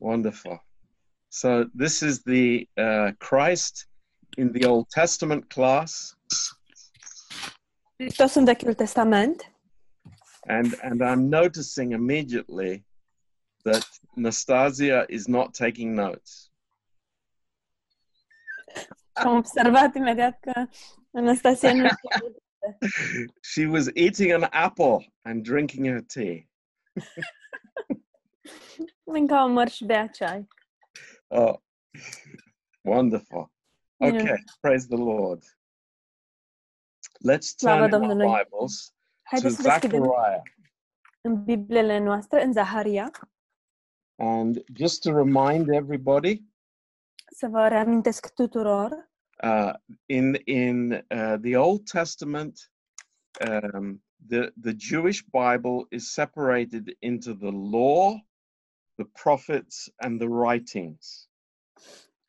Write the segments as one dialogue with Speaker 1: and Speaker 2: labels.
Speaker 1: Wonderful. So this is the uh, Christ in the Old Testament class,
Speaker 2: Hristos în Vechiul Testament
Speaker 1: and and I'm noticing immediately that Nastasia is not taking notes.
Speaker 2: am observat imediat că Anastasia nu
Speaker 1: She was eating an apple and drinking her tea.
Speaker 2: mânca o măr și bea ceai.
Speaker 1: Oh, wonderful.
Speaker 2: Yeah.
Speaker 1: Okay, praise the Lord. Let's
Speaker 2: Slavă
Speaker 1: turn in our
Speaker 2: Domnului.
Speaker 1: Bibles to
Speaker 2: Haideți să deschidem
Speaker 1: Zechariah.
Speaker 2: în Bibliile noastre, în Zaharia,
Speaker 1: And just to remind everybody,
Speaker 2: să vă reamintesc tuturor.
Speaker 1: uh, in in uh, the Old Testament, um, the the Jewish Bible is separated into the law, the prophets, and the writings.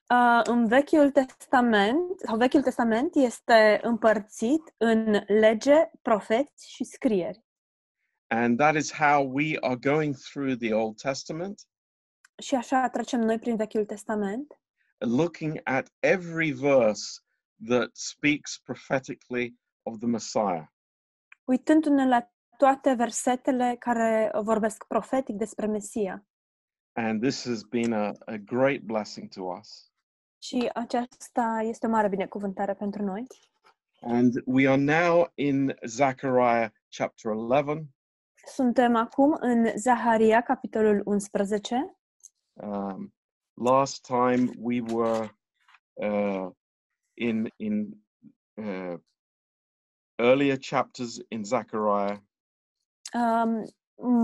Speaker 2: Uh, în Vechiul Testament, sau Vechiul Testament este împărțit în lege, profeți și scrieri.
Speaker 1: And that is how we are going through the Old Testament,
Speaker 2: Și așa trecem noi prin Vechiul Testament,
Speaker 1: looking at every verse that speaks prophetically of the Messiah.
Speaker 2: uitându-ne la toate versetele care vorbesc profetic despre Mesia.
Speaker 1: And this has been a, a great blessing to us.
Speaker 2: Și aceasta este o mare binecuvântare pentru noi.
Speaker 1: And we are now in Zechariah chapter 11.
Speaker 2: Suntem acum în Zaharia, capitolul 11.
Speaker 1: Um, last time we were uh, in in uh, earlier chapters in Zechariah,
Speaker 2: Um,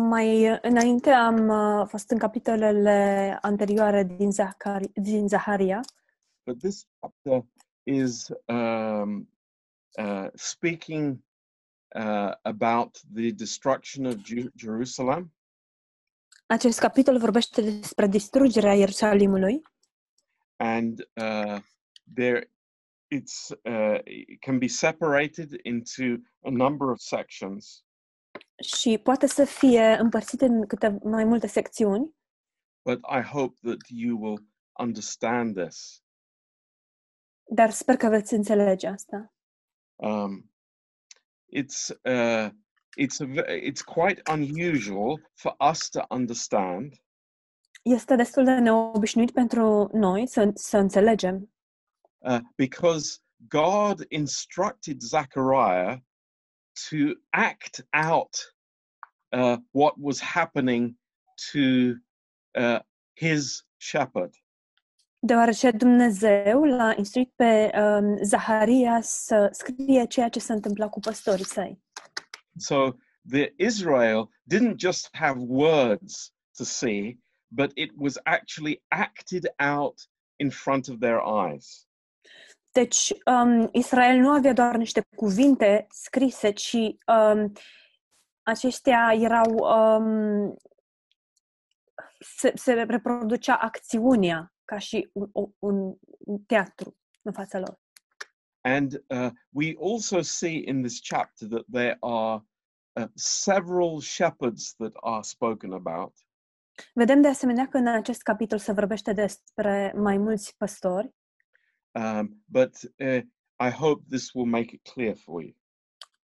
Speaker 2: mai înainte am uh, fost în capitolele anterioare din, Zahari, din Zaharia,
Speaker 1: but this chapter is um, uh, speaking uh, about the destruction of Ju- Jerusalem
Speaker 2: acest capitol vorbește despre distrugerea Ierusalimului
Speaker 1: and uh, there. It's uh, it can be separated into a number of sections,
Speaker 2: și poate să fie împărțit în câte mai multe secțiuni,
Speaker 1: but I hope that you will understand this.
Speaker 2: dar sper că veți înțelege asta.
Speaker 1: um, it's uh, it's a, ve- it's quite unusual for us to understand,
Speaker 2: Este destul de neobișnuit pentru noi să, să înțelegem,
Speaker 1: uh, because God instructed Zechariah to act out uh, what was happening to uh, his shepherd,
Speaker 2: deoarece Dumnezeu l-a instruit pe um, Zaharia să scrie ceea ce se întâmpla cu păstorii săi.
Speaker 1: so the Israel didn't just have words to see, but it was actually acted out in front of their eyes.
Speaker 2: Deci, um, Israel nu avea doar niște cuvinte scrise, ci um, aceștia erau. Um, se, se reproducea acțiunea ca și un, o- un, un teatru în fața lor.
Speaker 1: And uh, we also see in this chapter that there are uh, several shepherds that are spoken about.
Speaker 2: Vedem de asemenea că în acest capitol se vorbește despre mai mulți păstori,
Speaker 1: Um, but uh, I hope this will make it clear for you.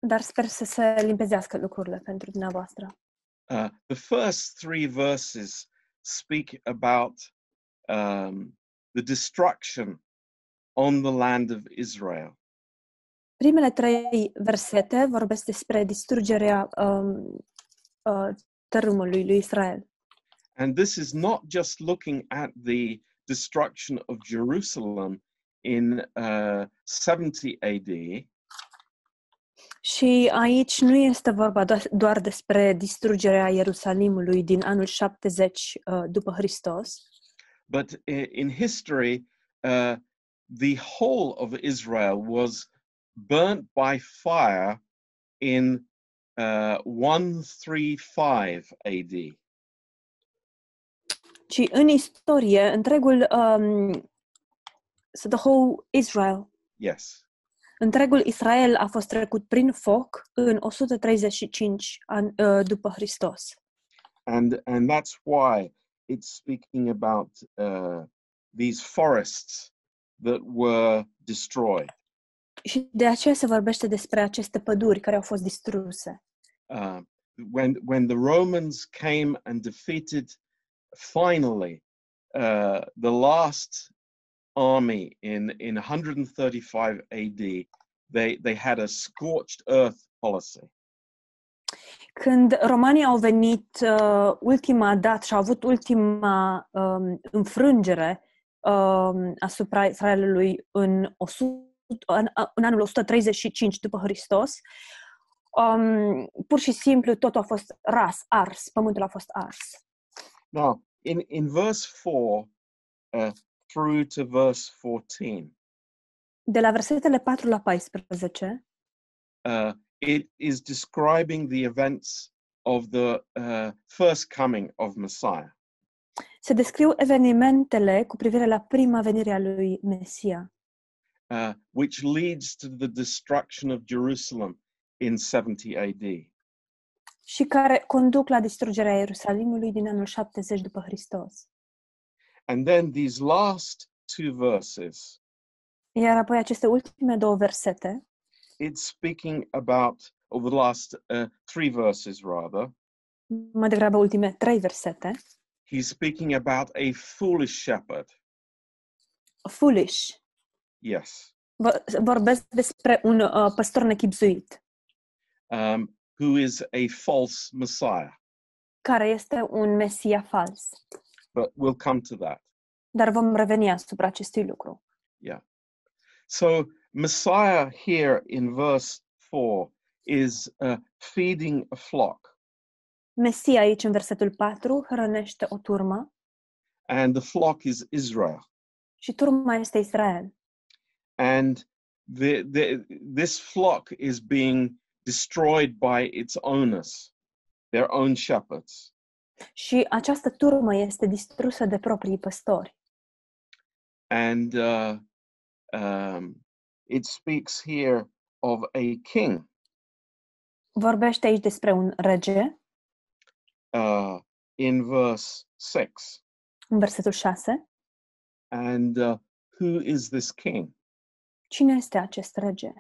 Speaker 2: dar sper să se limpezească lucrurile pentru dumneavoastră.
Speaker 1: Uh, the first three verses speak about um, the destruction on the land of Israel.
Speaker 2: Primele trei versete vorbesc despre distrugerea um, uh, tărâmului lui Israel.
Speaker 1: And this is not just looking at the destruction of Jerusalem in uh, 70 AD,
Speaker 2: Și aici nu este vorba do- doar despre distrugerea Ierusalimului din anul 70 uh, după Hristos,
Speaker 1: but i- in history, uh, the whole of Israel was burnt by fire in uh, 135 AD.
Speaker 2: ci în istorie, întregul um, so the whole Israel,
Speaker 1: Yes.
Speaker 2: întregul Israel a fost trecut prin foc în 135 an, uh, după Hristos.
Speaker 1: And, and that's why it's speaking about uh, these forests that were destroyed.
Speaker 2: Și de aceea se vorbește despre aceste păduri care au fost distruse.
Speaker 1: Uh, when when the Romans came and defeated finally uh, the last army in in 135 AD, they they had a scorched earth policy.
Speaker 2: Când romanii au venit uh, ultima dată și au avut ultima um, înfrângere um, asupra Israelului în, 100, în, în anul 135 după Hristos, um, pur și simplu totul a fost ras, ars, pământul a fost ars.
Speaker 1: Now, in in verse four uh, through to verse 14,
Speaker 2: De la versetele 4 la 14
Speaker 1: uh, it is describing the events of the uh, first coming of Messiah.
Speaker 2: se descriu evenimentele cu privire la prima venire a lui Mesia,
Speaker 1: uh, which leads to the destruction of Jerusalem in 70 AD.
Speaker 2: și care conduc la distrugerea Ierusalimului din anul 70 după Hristos.
Speaker 1: And then these last two verses,
Speaker 2: Iar apoi aceste ultime două versete
Speaker 1: it's speaking about, or the last uh, three verses rather,
Speaker 2: mai degrabă ultime trei versete,
Speaker 1: he's speaking about a foolish shepherd.
Speaker 2: foolish,
Speaker 1: Yes.
Speaker 2: Vă- vorbesc despre un uh, păstor nechipzuit,
Speaker 1: Um, who is a false Messiah,
Speaker 2: care este un Mesia fals.
Speaker 1: but we'll come to that.
Speaker 2: Dar vom reveni asupra acestui lucru.
Speaker 1: So, Messiah here in verse 4 is uh, feeding a flock.
Speaker 2: Mesia aici în versetul 4 hrănește o turmă
Speaker 1: and the flock is Israel.
Speaker 2: și turma este Israel.
Speaker 1: And the, the, this flock is being destroyed by its owners, their own shepherds.
Speaker 2: Și această turmă este distrusă de proprii păstori.
Speaker 1: And uh, um, it speaks here of a king
Speaker 2: Vorbește aici despre un rege,
Speaker 1: uh, in verse 6.
Speaker 2: în versetul 6.
Speaker 1: And uh, who is this king?
Speaker 2: Cine este acest rege?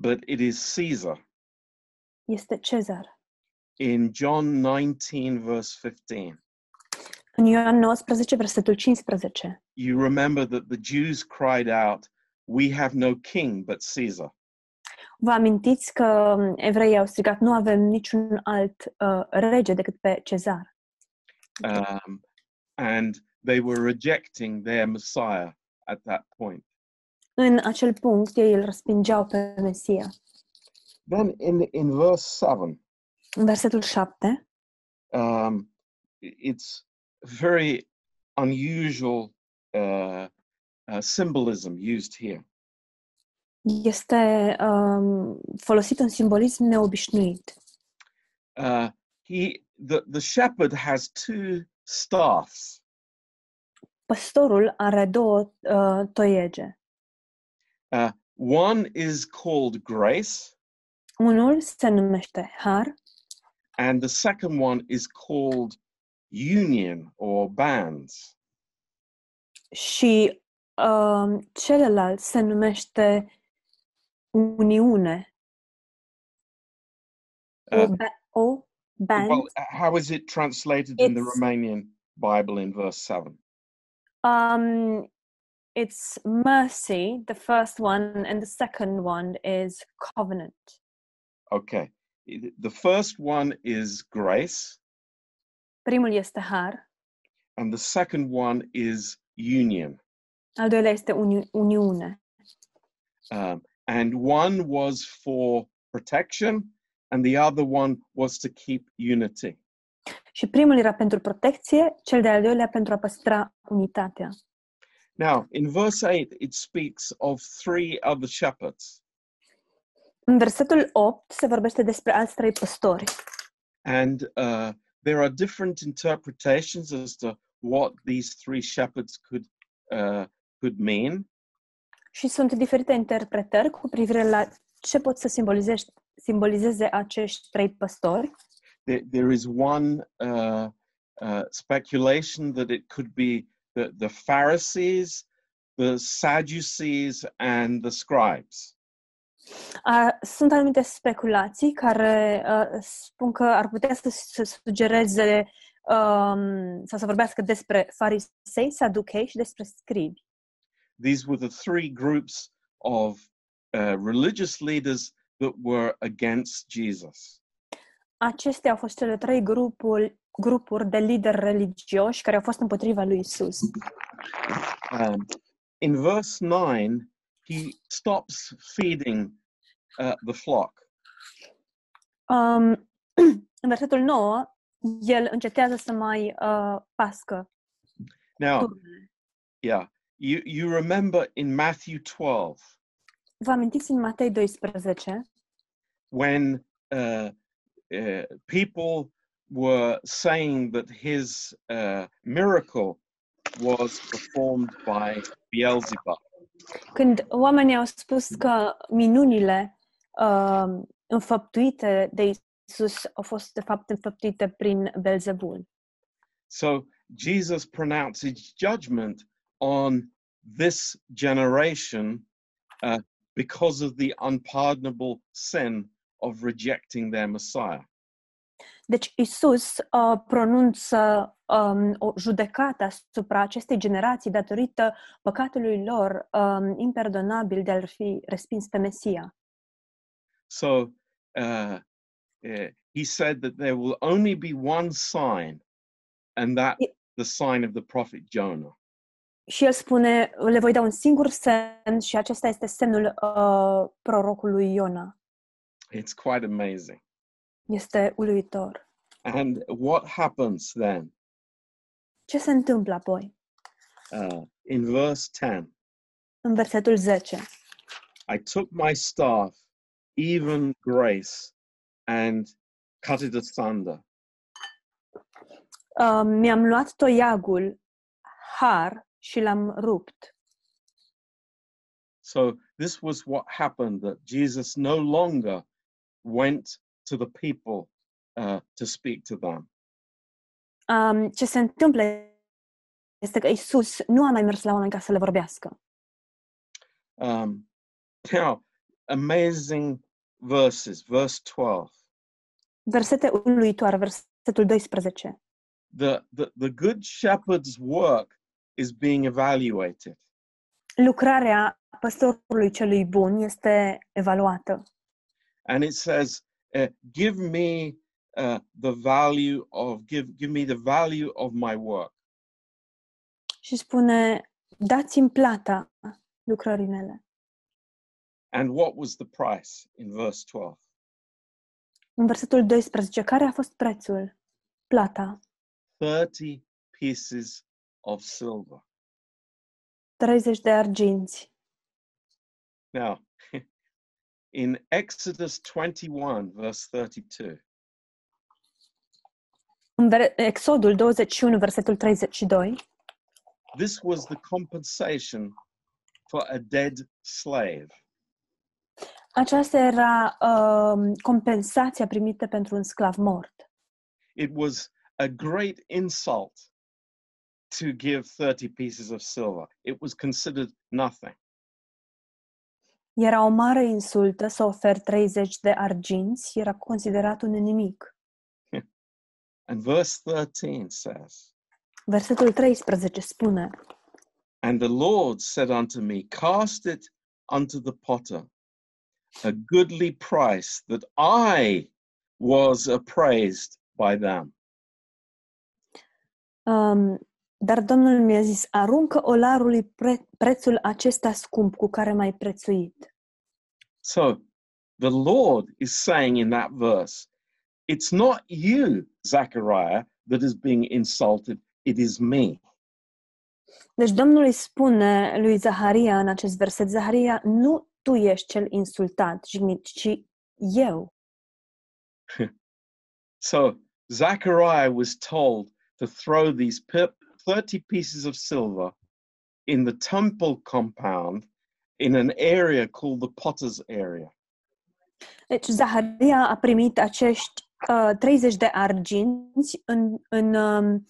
Speaker 1: But it is Caesar
Speaker 2: Este Cezar.
Speaker 1: in John 19, verse 15.
Speaker 2: În Ioan 19, versetul 15.
Speaker 1: You remember that the Jews cried out, We have no king but Caesar.
Speaker 2: Vă amintiți că um, evreii au strigat, nu avem niciun alt uh, rege decât pe Cezar.
Speaker 1: um, and they were rejecting their Messiah at that point.
Speaker 2: În acel punct, ei îl răspingeau pe Mesia.
Speaker 1: Then in in verse seven,
Speaker 2: În versetul 7
Speaker 1: um, i- it's very unusual uh, uh, symbolism used here.
Speaker 2: este um, folosit un simbolism neobișnuit.
Speaker 1: Uh, he the the shepherd has two staffs,
Speaker 2: Păstorul are două uh, toiege.
Speaker 1: one is called grace,
Speaker 2: Unul se numește har
Speaker 1: and the second one is called union or bands.
Speaker 2: și um, celălalt se numește uniune. O,
Speaker 1: Uh,
Speaker 2: ba- o band.
Speaker 1: Well, uh, how is it translated in the
Speaker 2: It's-
Speaker 1: Romanian Bible in verse 7?
Speaker 2: um, it's mercy, the first one, and the second one is covenant.
Speaker 1: Okay. I- The first one is grace,
Speaker 2: Primul este har,
Speaker 1: and the second one is union.
Speaker 2: al doilea este uni- uniune.
Speaker 1: Um, and one was for protection, and the other one was to keep unity.
Speaker 2: Și primul era pentru protecție, cel de-al doilea pentru a păstra unitatea.
Speaker 1: Now, in verse 8, it speaks of three other shepherds,
Speaker 2: În versetul 8 se vorbește despre alți trei păstori.
Speaker 1: and uh, there are different interpretations as to what these three shepherds could, uh, could mean.
Speaker 2: Și sunt diferite interpretări cu privire la ce pot să simbolizești- simbolizeze acești trei păstori.
Speaker 1: there, there is one uh, uh, speculation that it could be the, the Pharisees, the Sadducees, and the scribes.
Speaker 2: A, sunt anumite speculații care uh, spun că ar putea să, să sugereze um, sau să vorbească despre farisei, saduchei și despre scribi.
Speaker 1: These were the three groups of uh, religious leaders that were against Jesus.
Speaker 2: Acestea au fost cele trei grupuri, grupuri de lideri religioși care au fost împotriva lui Isus.
Speaker 1: Um, in verse 9, he stops feeding uh, the flock.
Speaker 2: Um, în versetul 9, el încetează să mai uh, pască.
Speaker 1: Now, yeah, you, you remember in Matthew 12
Speaker 2: Vă amintiți în Matei 12?
Speaker 1: when uh, uh, people were saying that his uh, miracle was performed by Beelzebub.
Speaker 2: Când oamenii au spus că minunile uh, înfăptuite de Isus au fost de fapt înfăptuite prin Belzebul.
Speaker 1: So Jesus pronounces judgment on this generation uh, because of the unpardonable sin of rejecting their Messiah.
Speaker 2: Deci Isus uh, pronunță um, o judecată asupra acestei generații datorită păcatului lor um, imperdonabil de a-l fi respins pe Mesia.
Speaker 1: So uh, uh, he said that there will only be one sign, and that
Speaker 2: Ye-
Speaker 1: the sign of the prophet Jonah.
Speaker 2: Și el spune, le voi da un singur semn și acesta este semnul uh, prorocului Iona.
Speaker 1: It's quite amazing.
Speaker 2: Este uluitor.
Speaker 1: And what happens then
Speaker 2: Ce se întâmplă apoi?
Speaker 1: uh, in verse 10?
Speaker 2: În versetul 10.
Speaker 1: I took my staff, even grace, and cut it asunder.
Speaker 2: Uh, mi-am luat toiagul, har, și l-am rupt.
Speaker 1: So this was what happened that Jesus no longer went to the people uh, to speak to them.
Speaker 2: Um, ce se întâmplă este că Isus nu a mai mers la oameni ca să le vorbească.
Speaker 1: Um, now, amazing verses, verse 12.
Speaker 2: Versete uluitoare, versetul 12.
Speaker 1: The, the, the good shepherd's work is being evaluated.
Speaker 2: Lucrarea păstorului celui bun este evaluată.
Speaker 1: And it says, uh, give me uh, the value of, give, give me the value of my work.
Speaker 2: și spune, dați-mi plata lucrării mele.
Speaker 1: And what was the price in verse 12?
Speaker 2: În versetul 12, care a fost prețul? Plata,
Speaker 1: 30 pieces of silver.
Speaker 2: 30 de arginți.
Speaker 1: Now, in Exodus 21, verse 32,
Speaker 2: În ver- Exodul 21, versetul 32,
Speaker 1: this was the compensation for a dead slave.
Speaker 2: aceasta era uh, compensația primită pentru un sclav mort.
Speaker 1: It was a great insult to give 30 pieces of silver, it was considered nothing.
Speaker 2: Era o mare insultă să oferi 30 de arginți, era considerat un nimic.
Speaker 1: And verse 13 says,
Speaker 2: Versetul 13 spune,
Speaker 1: And the Lord said unto me, Cast it unto the potter, a goodly price that I was appraised by them.
Speaker 2: Um, dar Domnul mi-a zis, aruncă olarului pre- prețul acesta scump cu care m-ai prețuit.
Speaker 1: So the Lord is saying in that verse, It's not you, Zechariah, that is being insulted, it is me.
Speaker 2: Deci Domnul îi spune lui Zaharia în acest verset, Zaharia, nu tu ești cel insultat, jignit, ci eu.
Speaker 1: So Zechariah was told to throw these pip- 30 pieces of silver in the temple compound in an area called the potter's area.
Speaker 2: Deci Zaharia a primit acești uh, 30 de arginți în, în um,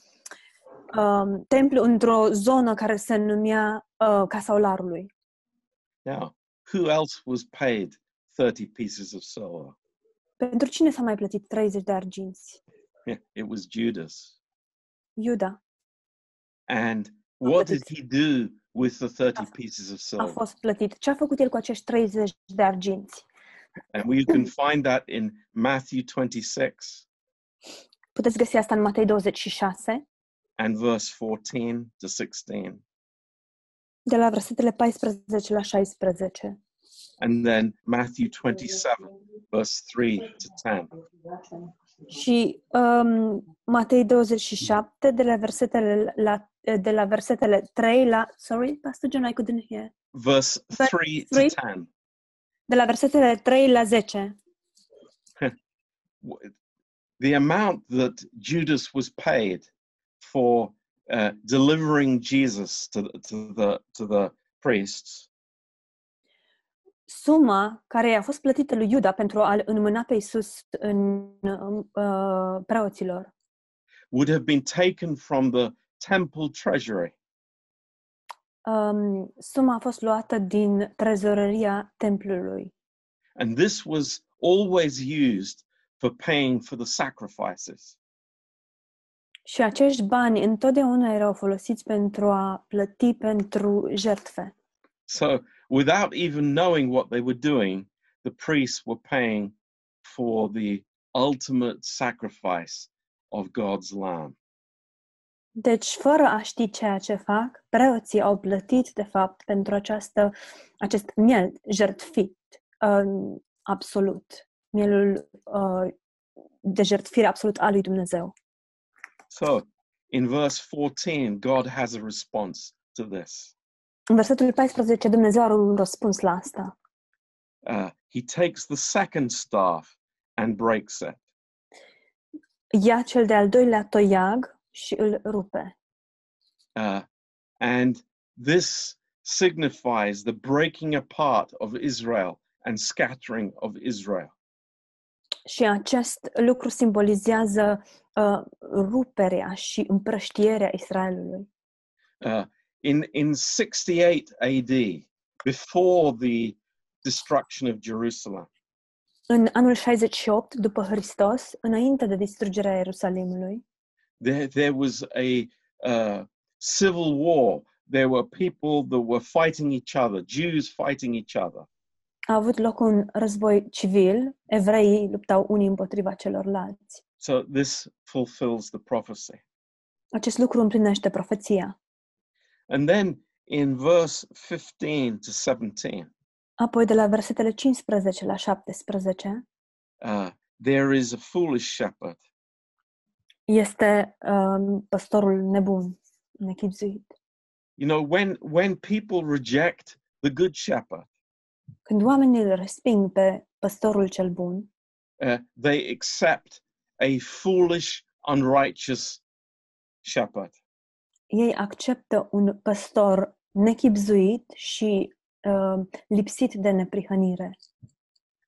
Speaker 2: um, templu, într-o zonă care se numea uh, Casa Olarului.
Speaker 1: Now, who else was paid 30 pieces of silver?
Speaker 2: Pentru cine s-a mai plătit 30 de arginți?
Speaker 1: Yeah, it was Judas.
Speaker 2: Iuda
Speaker 1: And what did
Speaker 2: it's-
Speaker 1: he do with the 30 pieces of
Speaker 2: a
Speaker 1: silver?
Speaker 2: fost plătit. Ce a făcut el cu acești 30 de arginți?
Speaker 1: And you can find that in Matthew 26
Speaker 2: Puteți găsi asta în Matei 26,
Speaker 1: and verse 14 to 16.
Speaker 2: de la versetele 14 la 16.
Speaker 1: And then Matthew 27, verse 3 to 10.
Speaker 2: Și um, Matei 27, de la versetele, la, de la versetele 3 la... Sorry, Pastor John, I couldn't hear.
Speaker 1: Verse
Speaker 2: Verse
Speaker 1: 3 to
Speaker 2: three.
Speaker 1: 10.
Speaker 2: De la versetele 3 la 10.
Speaker 1: w- the amount that Judas was paid for uh, delivering Jesus to, the- to the to the priests
Speaker 2: Suma care a fost plătită lui Iuda pentru a-l înmâna pe Isus în uh, preoților
Speaker 1: would have been taken from the temple treasury
Speaker 2: um, suma a fost luată din trezoreria templului.
Speaker 1: and this was always used for paying for the sacrifices
Speaker 2: Și acești bani întotdeauna erau folosiți pentru a plăti pentru jertfe.
Speaker 1: so without even knowing what they were doing the priests were paying for the ultimate sacrifice of God's lamb
Speaker 2: Deci, fără a ști ceea ce fac, preoții au plătit, de fapt, pentru această, acest miel jertfit um, absolut. Mielul uh, de jertfire absolut al lui Dumnezeu.
Speaker 1: So, in verse 14, God has a response to this.
Speaker 2: În versetul 14, Dumnezeu are un răspuns la asta.
Speaker 1: Uh, he takes the second staff and breaks it.
Speaker 2: Ia cel de-al doilea toiag și îl rupe.
Speaker 1: Uh, and this signifies the breaking apart of Israel and scattering of Israel.
Speaker 2: Și acest lucru simbolizează uh, ruperea și împrăștierea Israelului.
Speaker 1: Uh, in, in 68 AD, before the destruction of Jerusalem,
Speaker 2: În anul 68, după Hristos, înainte de distrugerea Ierusalimului,
Speaker 1: there, there was a uh, civil war. There were people that were fighting each other, Jews fighting each other.
Speaker 2: a avut loc un război civil, evreii luptau unii împotriva celorlalți.
Speaker 1: So this fulfills the prophecy.
Speaker 2: Acest lucru împlinește profeția.
Speaker 1: And then in verse 15 to 17,
Speaker 2: Apoi, de la versetele 15 la 17,
Speaker 1: uh, there is a foolish shepherd
Speaker 2: este um, păstorul nebun, nechipzuit.
Speaker 1: you know when when people reject the good shepherd
Speaker 2: Când oamenii îl resping pe păstorul cel bun,
Speaker 1: uh, they accept a foolish unrighteous shepherd
Speaker 2: ei acceptă un păstor nechipzuit și uh, lipsit de neprihănire.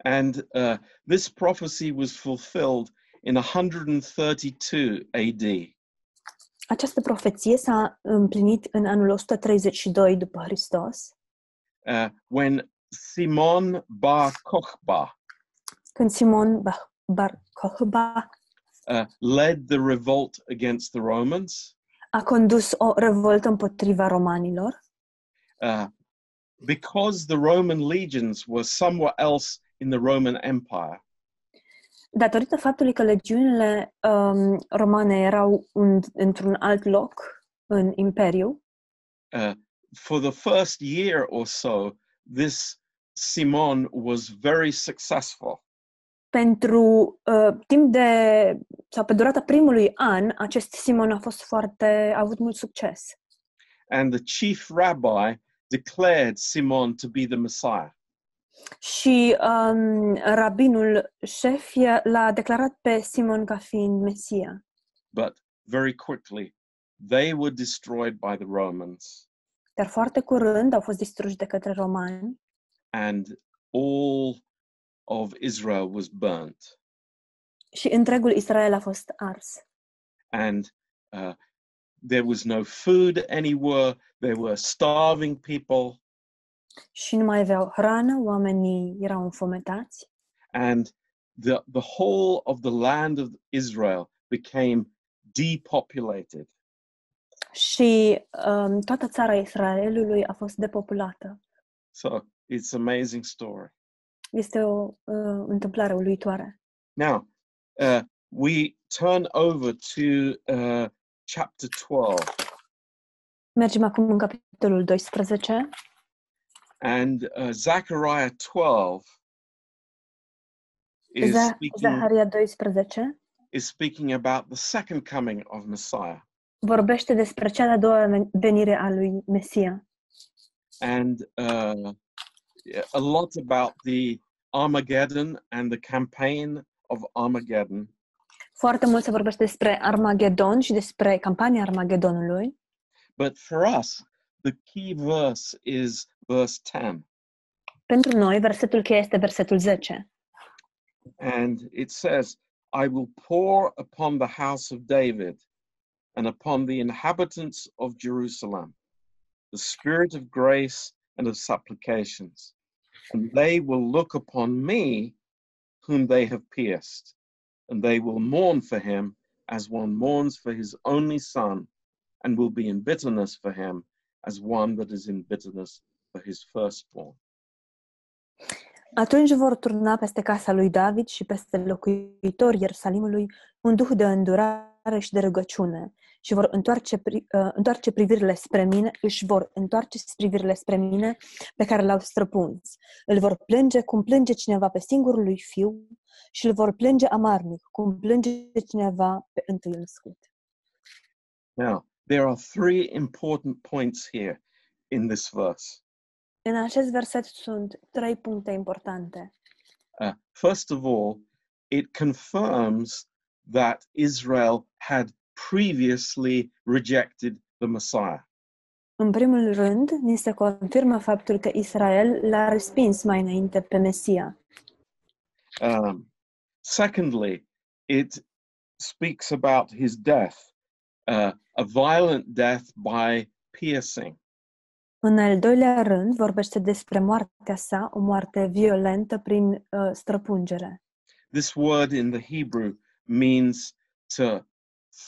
Speaker 1: and uh, this prophecy was fulfilled in 132 ad
Speaker 2: Această profeție s-a împlinit în anul 132 după Hristos,
Speaker 1: uh, when simon bar kokhba
Speaker 2: când Simon Bah- Bar Kokhba
Speaker 1: uh, led the revolt against the romans
Speaker 2: a condus o revoltă împotriva romanilor,
Speaker 1: uh, because the Roman legions were somewhere else in the Roman Empire,
Speaker 2: datorită faptului că legiunile um, romane erau un, într-un alt loc în imperiu,
Speaker 1: for the first year or so, this Simon was very successful.
Speaker 2: pentru uh, timp de, sau pe durata primului an, acest Simon a fost foarte, a avut mult succes.
Speaker 1: And the chief rabbi declared Simon to be the Messiah.
Speaker 2: Și um, rabinul șef e- l-a declarat pe Simon ca fiind Mesia.
Speaker 1: But very quickly, they were destroyed by the Romans,
Speaker 2: Dar foarte curând au fost distruși de către romani
Speaker 1: and all of Israel was burnt.
Speaker 2: și întregul Israel a fost ars.
Speaker 1: and uh, there was no food anywhere. There were starving people,
Speaker 2: Și nu mai aveau hrană, oamenii erau înfometați
Speaker 1: and the the whole of the land of Israel became depopulated.
Speaker 2: și um, toată țara Israelului a fost depopulată.
Speaker 1: So it's amazing story.
Speaker 2: Este o uh, întâmplare uluitoare.
Speaker 1: Now uh, we turn over to uh, chapter twelve,
Speaker 2: Mergem acum în capitolul 12
Speaker 1: and uh, Zechariah twelve is
Speaker 2: Za-
Speaker 1: speaking
Speaker 2: Zaharia 12
Speaker 1: is speaking about the second coming of Messiah.
Speaker 2: vorbește despre cea de-a doua ven- venire a lui Mesia
Speaker 1: and uh, yeah, a lot about the Armageddon and the campaign of Armageddon.
Speaker 2: Foarte mult se vorbește despre Armagedon și despre campania Armagedonului,
Speaker 1: But for us, the key verse is verse 10,
Speaker 2: pentru noi versetul cheie este versetul 10.
Speaker 1: and it says, I will pour upon the house of David and upon the inhabitants of Jerusalem the spirit of grace and of supplications, and they will look upon me whom they have pierced, and they will mourn for him as one mourns for his only son, and will be in bitterness for him as one that is in bitterness for his firstborn.
Speaker 2: Atunci vor turna peste casa lui David și peste locuitorii Ierusalimului un duh de îndurare și de rugăciune și vor întoarce, pri- uh, întoarce privirile spre mine, își vor întoarce privirile spre mine pe care l-au străpuns. Îl vor plânge cum plânge cineva pe singurul lui fiu și îl vor plânge amarnic cum plânge cineva pe întâi născut.
Speaker 1: Now, there are three important points here in this verse.
Speaker 2: În acest verset sunt trei puncte importante.
Speaker 1: Uh, first of all, it confirms that Israel had previously rejected the Messiah.
Speaker 2: În primul rând, ni se confirmă faptul că Israel l-a respins mai înainte pe Mesia.
Speaker 1: Um, secondly, it speaks about his death, uh, a violent death by piercing.
Speaker 2: În al doilea rând, vorbește despre moartea sa, o moarte violentă prin uh, străpungere.
Speaker 1: This word in the Hebrew means to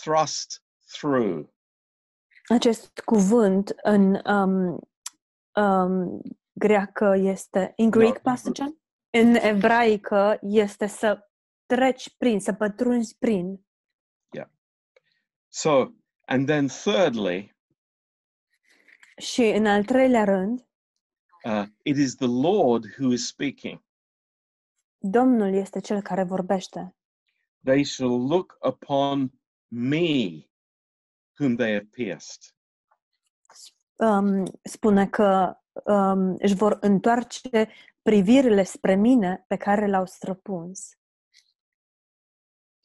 Speaker 1: thrust through.
Speaker 2: Acest cuvânt în um, um, greacă este in Greek
Speaker 1: Da.
Speaker 2: passage, în ebraică este să treci prin, să pătrunzi prin.
Speaker 1: So, and then thirdly,
Speaker 2: Și în al treilea rând,
Speaker 1: uh, it is the Lord who is speaking.
Speaker 2: Domnul este cel care vorbește.
Speaker 1: They shall look upon me, whom they have pierced.
Speaker 2: um, spune că um, își vor întoarce privirile spre mine pe care l-au străpuns.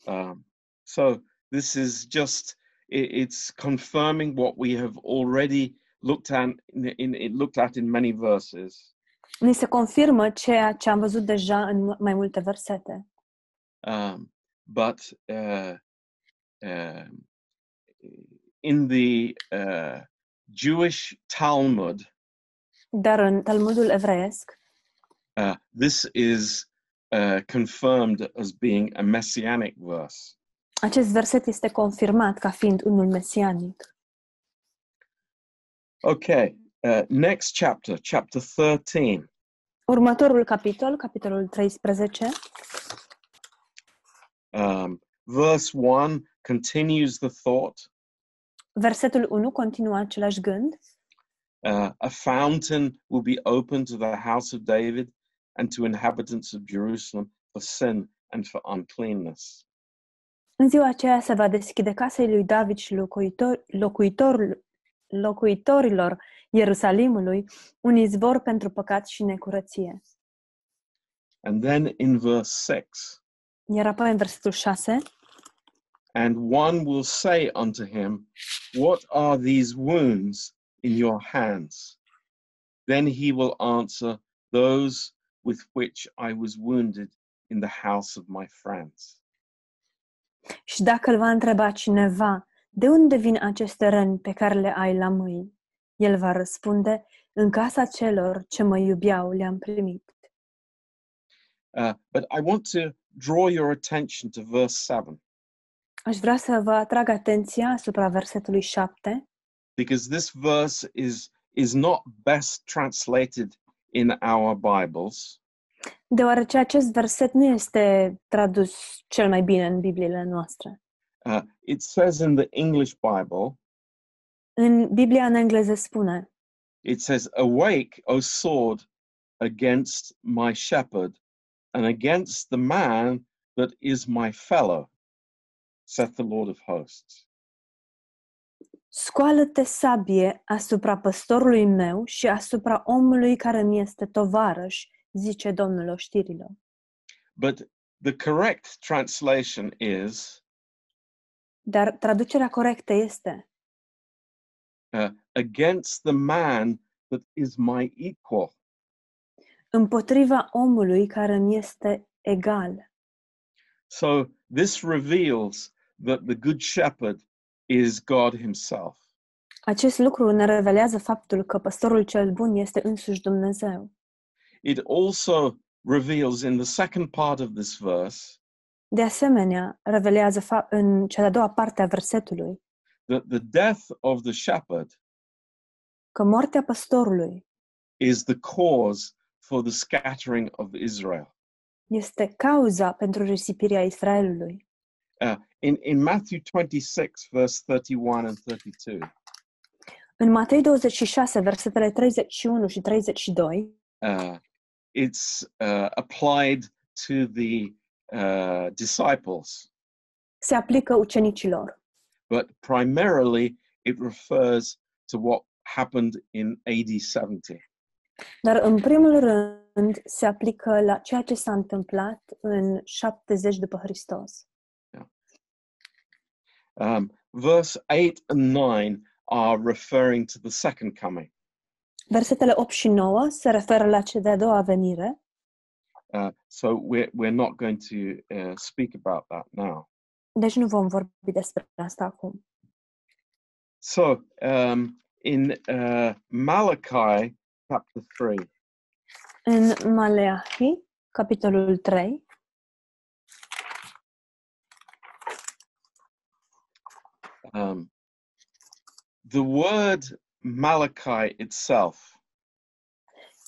Speaker 1: Um, so this is just i- it's confirming what we have already looked at in, in, in looked at in many verses.
Speaker 2: Ni se confirmă ceea ce am văzut deja în mai multe versete,
Speaker 1: Um, but uh, um, in the uh, Jewish Talmud,
Speaker 2: dar în Talmudul evreiesc
Speaker 1: uh, this is uh, confirmed as being a messianic verse.
Speaker 2: acest verset este confirmat ca fiind unul mesianic.
Speaker 1: Okay, uh, next chapter, chapter 13.
Speaker 2: Următorul capitol, capitolul 13,
Speaker 1: Um, verse 1 continues the thought.
Speaker 2: versetul 1 continuă același gând.
Speaker 1: Uh, a fountain will be open to the house of David and to inhabitants of Jerusalem for sin and for uncleanness.
Speaker 2: În ziua aceea se va deschide casei lui David și locuitor, locuitor, locuitorilor Ierusalimului un izvor pentru păcat și necurăție.
Speaker 1: And then in verse 6
Speaker 2: Iar apoi în versetul 6,
Speaker 1: And one will say unto him, What are these wounds in your hands? Then he will answer, Those with which I was wounded in the house of my friends.
Speaker 2: Și dacă îl va întreba cineva, de unde vin aceste răni pe care le ai la mâini? El va răspunde, în casa celor ce mă iubiau le-am primit.
Speaker 1: Uh, but I want to draw your attention to verse 7
Speaker 2: Aș vrea să vă atrag atenția asupra versetului 7,
Speaker 1: because this verse is is not best translated in our Bibles.
Speaker 2: deoarece acest verset nu este tradus cel mai bine în Bibliile noastre.
Speaker 1: Uh, it says in the English Bible,
Speaker 2: În Biblia în engleză spune,
Speaker 1: it says, Awake, O sword, against my shepherd, and against the man that is my fellow, saith the Lord of hosts.
Speaker 2: Scoală-te sabie asupra păstorului meu și asupra omului care mi este tovarăș, zice Domnul oștirilor.
Speaker 1: But the correct translation is
Speaker 2: Dar traducerea corectă este
Speaker 1: against the man that is my equal.
Speaker 2: împotriva omului care mi este egal.
Speaker 1: So this reveals that the Good Shepherd is God Himself.
Speaker 2: Acest lucru ne revelează faptul că păstorul cel bun este însuși Dumnezeu.
Speaker 1: It also reveals in the second part of this verse
Speaker 2: De asemenea, revelează fa- în cea de-a doua parte a versetului
Speaker 1: that the death of the shepherd
Speaker 2: că moartea păstorului
Speaker 1: is the cause for the scattering of Israel.
Speaker 2: este cauza pentru risipirea Israelului.
Speaker 1: In, in Matthew 26, verse 31 and 32,
Speaker 2: În Matei 26, versetele 31 și 32,
Speaker 1: uh, it's uh, applied to the uh, disciples,
Speaker 2: se aplică ucenicilor,
Speaker 1: but primarily it refers to what happened in AD 70.
Speaker 2: dar în primul rând se aplică la ceea ce s-a întâmplat în 70 după Hristos.
Speaker 1: Um, verse 8 and 9 are referring to the second coming.
Speaker 2: Versetele 8 și 9 se referă la cea de-a doua venire,
Speaker 1: Uh, so we're, we're not going to uh, speak about that now.
Speaker 2: deci nu vom vorbi despre asta acum.
Speaker 1: So um, in uh, Malachi chapter 3,
Speaker 2: În Maleahi, capitolul 3,
Speaker 1: um, the word Malachi itself,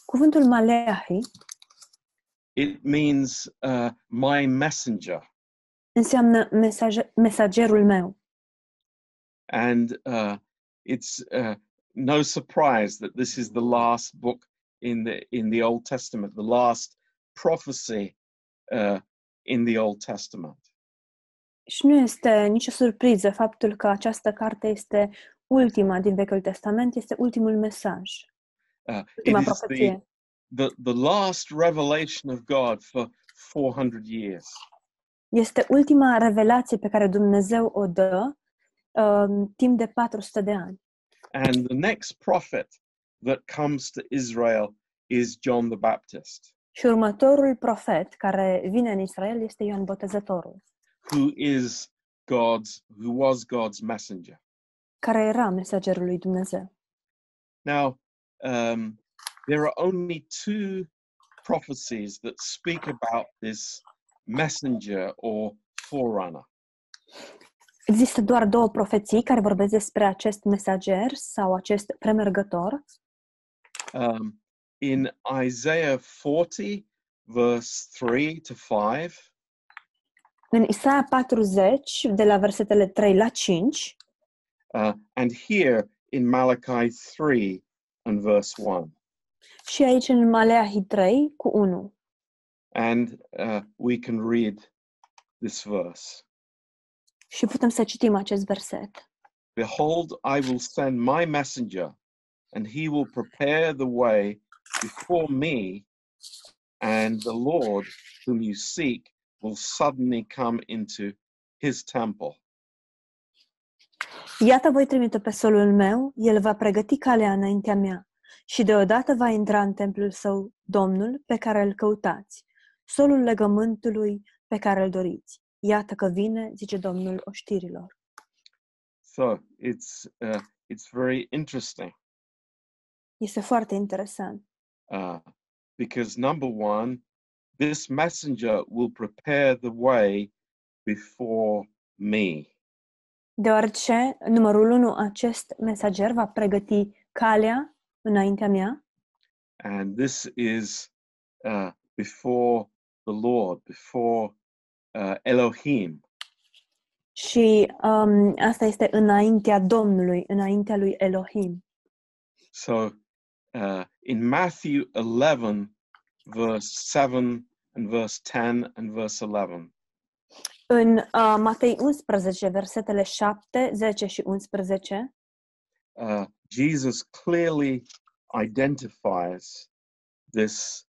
Speaker 2: cuvântul Maleahi
Speaker 1: it means uh, my messenger.
Speaker 2: înseamnă mesaj- mesagerul meu.
Speaker 1: And uh, it's uh, no surprise that this is the last book in the, in the Old Testament, the last prophecy uh, in the Old Testament.
Speaker 2: Și nu este nicio surpriză faptul că această carte este ultima din Vechiul Testament, este ultimul mesaj,
Speaker 1: Uh, it
Speaker 2: ultima
Speaker 1: is the,
Speaker 2: profeție.
Speaker 1: the, the last revelation of God for 400 years.
Speaker 2: Este ultima revelație pe care Dumnezeu o dă um, timp de 400 de ani.
Speaker 1: And the next prophet that comes to Israel is John the Baptist,
Speaker 2: Și următorul profet care vine în Israel este Ioan Botezătorul,
Speaker 1: who is God's, who was God's messenger.
Speaker 2: care era mesagerul lui Dumnezeu.
Speaker 1: Now, um, there are only two prophecies that speak about this messenger or forerunner.
Speaker 2: Există doar două profeții care vorbesc despre acest mesager sau acest premergător.
Speaker 1: Um, in Isaiah 40, verse 3 to 5,
Speaker 2: În Isaia 40, de la versetele 3 la 5,
Speaker 1: uh, and here in Malachi 3 and verse 1.
Speaker 2: Și aici în Maleahi 3 cu 1.
Speaker 1: And uh, we can read this verse
Speaker 2: Și putem să citim acest verset.
Speaker 1: Behold, I will send my messenger, and he will prepare the way before me, and the Lord whom you seek will suddenly come into his temple.
Speaker 2: Iată voi trimite pe solul meu, el va pregăti calea înaintea mea și deodată va intra în templul său Domnul pe care îl căutați, solul legământului pe care îl doriți. Iată că vine, zice Domnul oștirilor.
Speaker 1: So it's uh, it's very interesting
Speaker 2: Este foarte interesant.
Speaker 1: uh, because number one, this messenger will prepare the way before me.
Speaker 2: Deoarece, numărul 1, acest mesager va pregăti calea înaintea mea
Speaker 1: and this is uh, before the Lord, before uh, Elohim.
Speaker 2: și um, asta este înaintea Domnului, înaintea lui Elohim.
Speaker 1: So uh, in Matthew 11, verse 7 and verse 10 and verse 11,
Speaker 2: În uh, Matei 11, versetele 7, 10 și 11,
Speaker 1: uh, Jesus clearly identifies this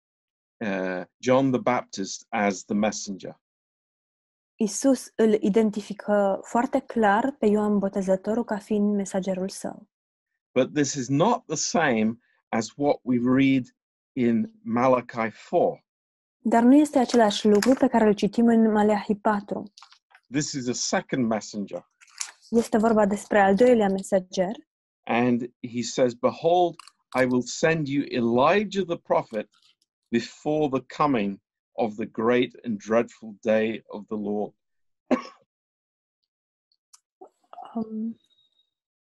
Speaker 1: uh, John the Baptist as the messenger.
Speaker 2: Isus îl identifică foarte clar pe Ioan Botezătorul ca fiind mesagerul său.
Speaker 1: But this is not the same as what we read in Malachi 4.
Speaker 2: Dar nu este același lucru pe care îl citim în Maleahi 4.
Speaker 1: This is a second messenger.
Speaker 2: Este vorba despre al doilea mesager
Speaker 1: And he says, Behold, I will send you Elijah the prophet before the coming of the great and dreadful day of the Lord.
Speaker 2: Um,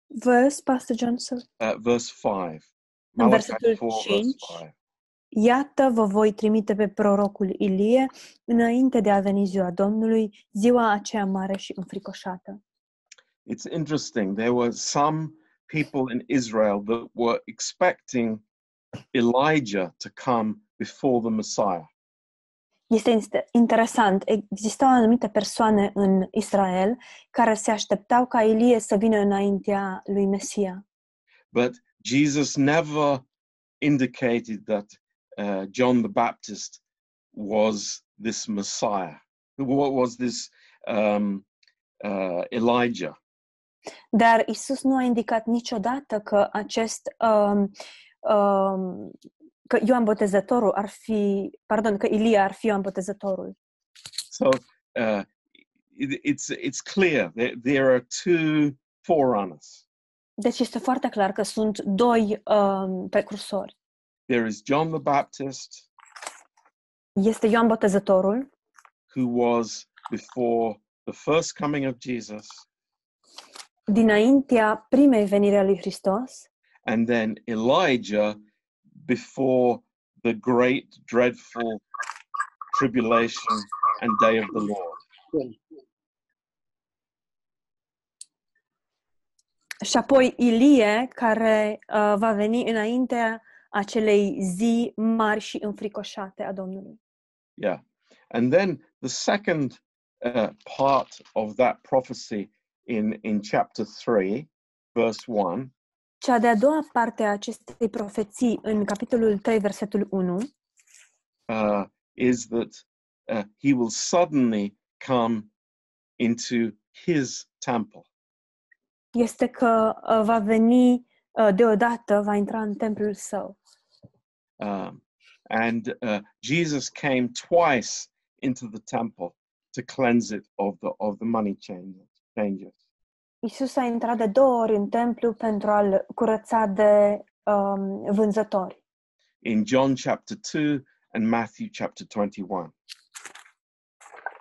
Speaker 2: verse, Pastor Johnson.
Speaker 1: Uh, verse 5.
Speaker 2: În
Speaker 1: Malachi
Speaker 2: versetul
Speaker 1: 4, verse
Speaker 2: 5.
Speaker 1: 5.
Speaker 2: Iată, vă voi trimite pe prorocul Ilie înainte de a veni ziua Domnului, ziua aceea mare și înfricoșată.
Speaker 1: It's interesting. There were some people in Israel that were expecting Elijah to come before the Messiah.
Speaker 2: Este inst- interesant, existau anumite persoane în Israel care se așteptau ca Ilie să vină înaintea lui Mesia.
Speaker 1: But Jesus never indicated that uh, John the Baptist was this Messiah. What was this um, uh, Elijah?
Speaker 2: Dar Isus nu a indicat niciodată că acest um, um, că Ioan Botezătorul ar fi, pardon, că Ilie ar fi Ioan Botezătorul.
Speaker 1: So uh, it, it's it's clear that there are two forerunners.
Speaker 2: Deci este foarte clar că sunt doi um, precursori.
Speaker 1: There is John the Baptist,
Speaker 2: Este Ioan Botezătorul,
Speaker 1: who was before the first coming of Jesus,
Speaker 2: dinaintea primei veniri a lui Hristos,
Speaker 1: and then Elijah before the great, dreadful tribulation and day of the Lord.
Speaker 2: și apoi Ilie, care uh, va veni înaintea acelei zi mari și înfricoșate a Domnului.
Speaker 1: Yeah. And then the second uh, part of that prophecy in, in chapter 3, verse 1,
Speaker 2: Cea de-a doua parte a acestei profeții, în capitolul 3, versetul 1,
Speaker 1: uh, is that uh, he will suddenly come into his temple.
Speaker 2: este că uh, va veni uh, deodată, va intra în templul său.
Speaker 1: Um, and uh, Jesus came twice into the temple to cleanse it of the of the money changer, changers.
Speaker 2: Isus a intrat de două ori în templu pentru a-l curăța de um, vânzători.
Speaker 1: In John chapter two and Matthew chapter twenty-one.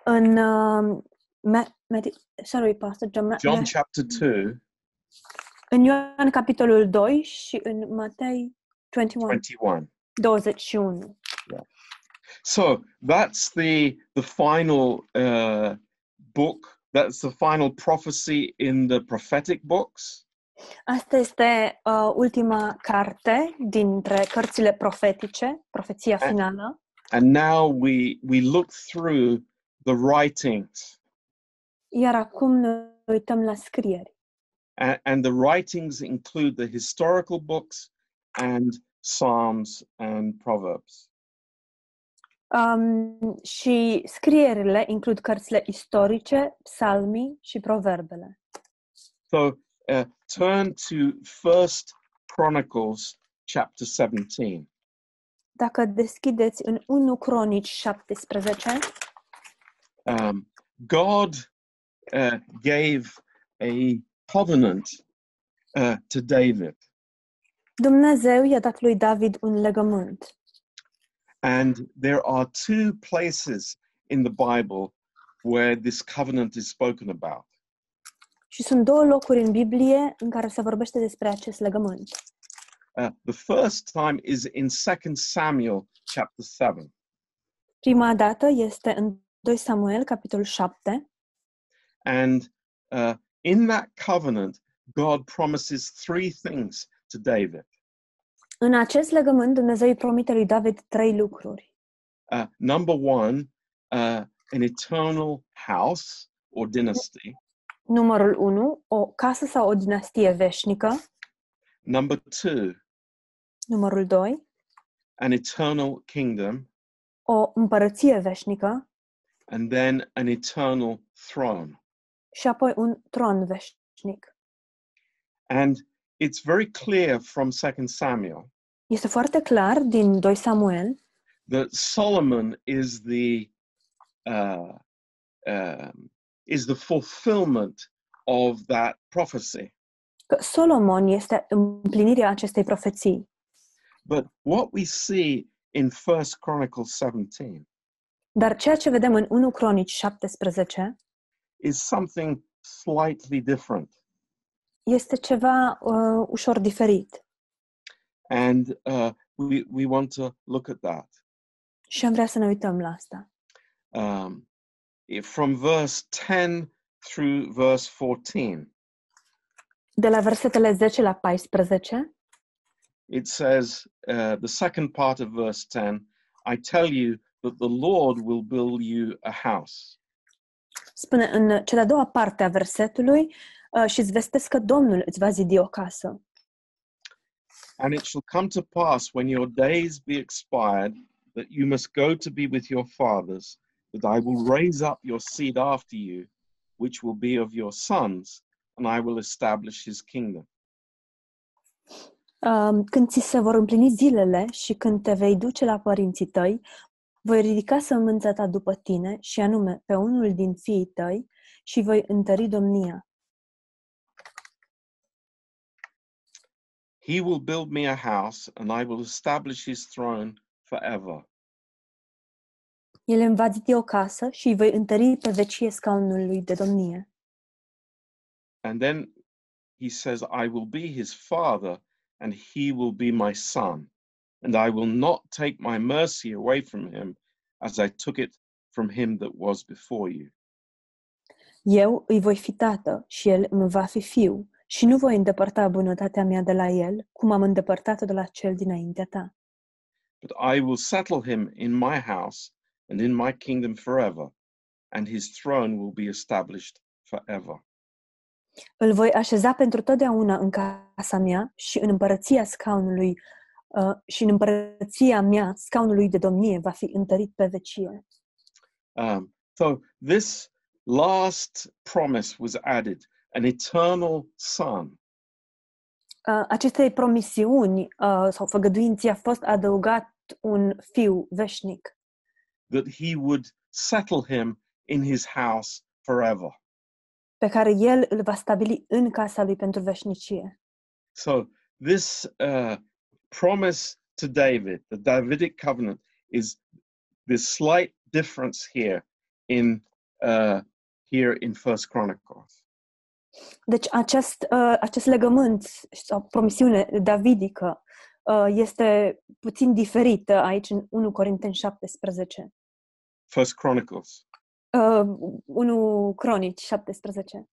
Speaker 2: În um, Ma- Mate- sorry, Pastor John, Ma-
Speaker 1: John
Speaker 2: Ma-
Speaker 1: chapter two,
Speaker 2: în Ioan capitolul 2 și în Matei 21,
Speaker 1: 21.
Speaker 2: 21.
Speaker 1: So that's the the final uh, book. That's the final prophecy in the prophetic books.
Speaker 2: Asta este uh, ultima carte dintre cărțile profetice, profeția
Speaker 1: Eh.
Speaker 2: finală.
Speaker 1: And now we we look through the writings
Speaker 2: Iar acum ne uităm la scrieri.
Speaker 1: and, and the writings include the historical books and psalms and proverbs
Speaker 2: Um, și scrierile includ cărțile istorice, psalmii și proverbele.
Speaker 1: so uh, turn to first chronicles chapter 17
Speaker 2: Dacă deschideți în 1 Cronici 17,
Speaker 1: um, God uh, gave a covenant uh, to David,
Speaker 2: Dumnezeu i-a dat lui David un legământ.
Speaker 1: and there are two places in the Bible where this covenant is spoken about.
Speaker 2: Și sunt două locuri în Biblie în care se vorbește despre acest legământ.
Speaker 1: Uh, the first time is in 2 Samuel chapter 7.
Speaker 2: Prima dată este în 2 Samuel, capitolul 7,
Speaker 1: And uh, in that covenant, God promises three things to David.
Speaker 2: În acest legământ, Dumnezeu îi promite lui David trei lucruri.
Speaker 1: Uh, number one, uh, an eternal house or dynasty.
Speaker 2: Numărul 1, o casă sau o dinastie veșnică.
Speaker 1: Number two,
Speaker 2: Numărul 2,
Speaker 1: an eternal kingdom.
Speaker 2: o împărăție veșnică
Speaker 1: And then an eternal throne.
Speaker 2: și apoi un tron veșnic.
Speaker 1: And it's very clear from 2 Samuel
Speaker 2: Este foarte clar din 2 Samuel
Speaker 1: that Solomon is the uh, um, is the fulfillment of that prophecy.
Speaker 2: că Solomon este împlinirea acestei profeții.
Speaker 1: But what we see in First Chronicles 17
Speaker 2: Dar ceea ce vedem în 1 Cronici 17
Speaker 1: is something slightly different.
Speaker 2: este ceva uh, ușor diferit
Speaker 1: And uh, we, we want to look at that.
Speaker 2: și am vrea să ne uităm la asta.
Speaker 1: Um, if- from verse 10 through verse 14,
Speaker 2: De la versetele 10 la 14
Speaker 1: it says, uh, the second part of verse 10 I tell you that the Lord will build you a house.
Speaker 2: Spune în cea de-a doua parte a versetului uh, și îți vestesc că Domnul îți va zidi o casă.
Speaker 1: And it shall come to pass when your days be expired that you must go to be with your fathers, that I will raise up your seed after you, which will be of your sons, and I will establish his kingdom.
Speaker 2: Um, Când ți se vor împlini zilele și când te vei duce la părinții tăi, voi ridica sămânța ta după tine și anume pe unul din fiii tăi și voi întări domnia.
Speaker 1: He will build me a house, and I will establish his throne forever.
Speaker 2: El îmi va zidi o casă și îi voi întări pe vecie scaunul lui de domnie.
Speaker 1: And then he says, I will be his father, and he will be my son. And I will not take my mercy away from him as I took it from him that was before you.
Speaker 2: Eu îi voi fi tată și el îmi va fi fiu și nu voi îndepărta bunătatea mea de la el, cum am îndepărtat-o de la cel dinaintea ta.
Speaker 1: But I will settle him in my house and in my kingdom forever, and his throne will be established forever.
Speaker 2: Îl voi așeza pentru totdeauna în casa mea și în împărăția scaunului uh, și în împărăția mea scaunului de domnie va fi întărit pe vecie.
Speaker 1: Um, so this last promise was added an eternal son.
Speaker 2: Uh, acestei promisiuni uh, sau făgăduinții a fost adăugat un fiu veșnic,
Speaker 1: that he would settle him in his house forever.
Speaker 2: pe care el îl va stabili în casa lui pentru veșnicie.
Speaker 1: So this uh, promise to David, the Davidic covenant, is this slight difference here in uh, here in First Chronicles.
Speaker 2: Deci acest, uh, acest legământ sau promisiune davidică uh, este puțin diferită aici în 1 Corinteni 17.
Speaker 1: First Chronicles.
Speaker 2: Uh, 1 Cronici 17.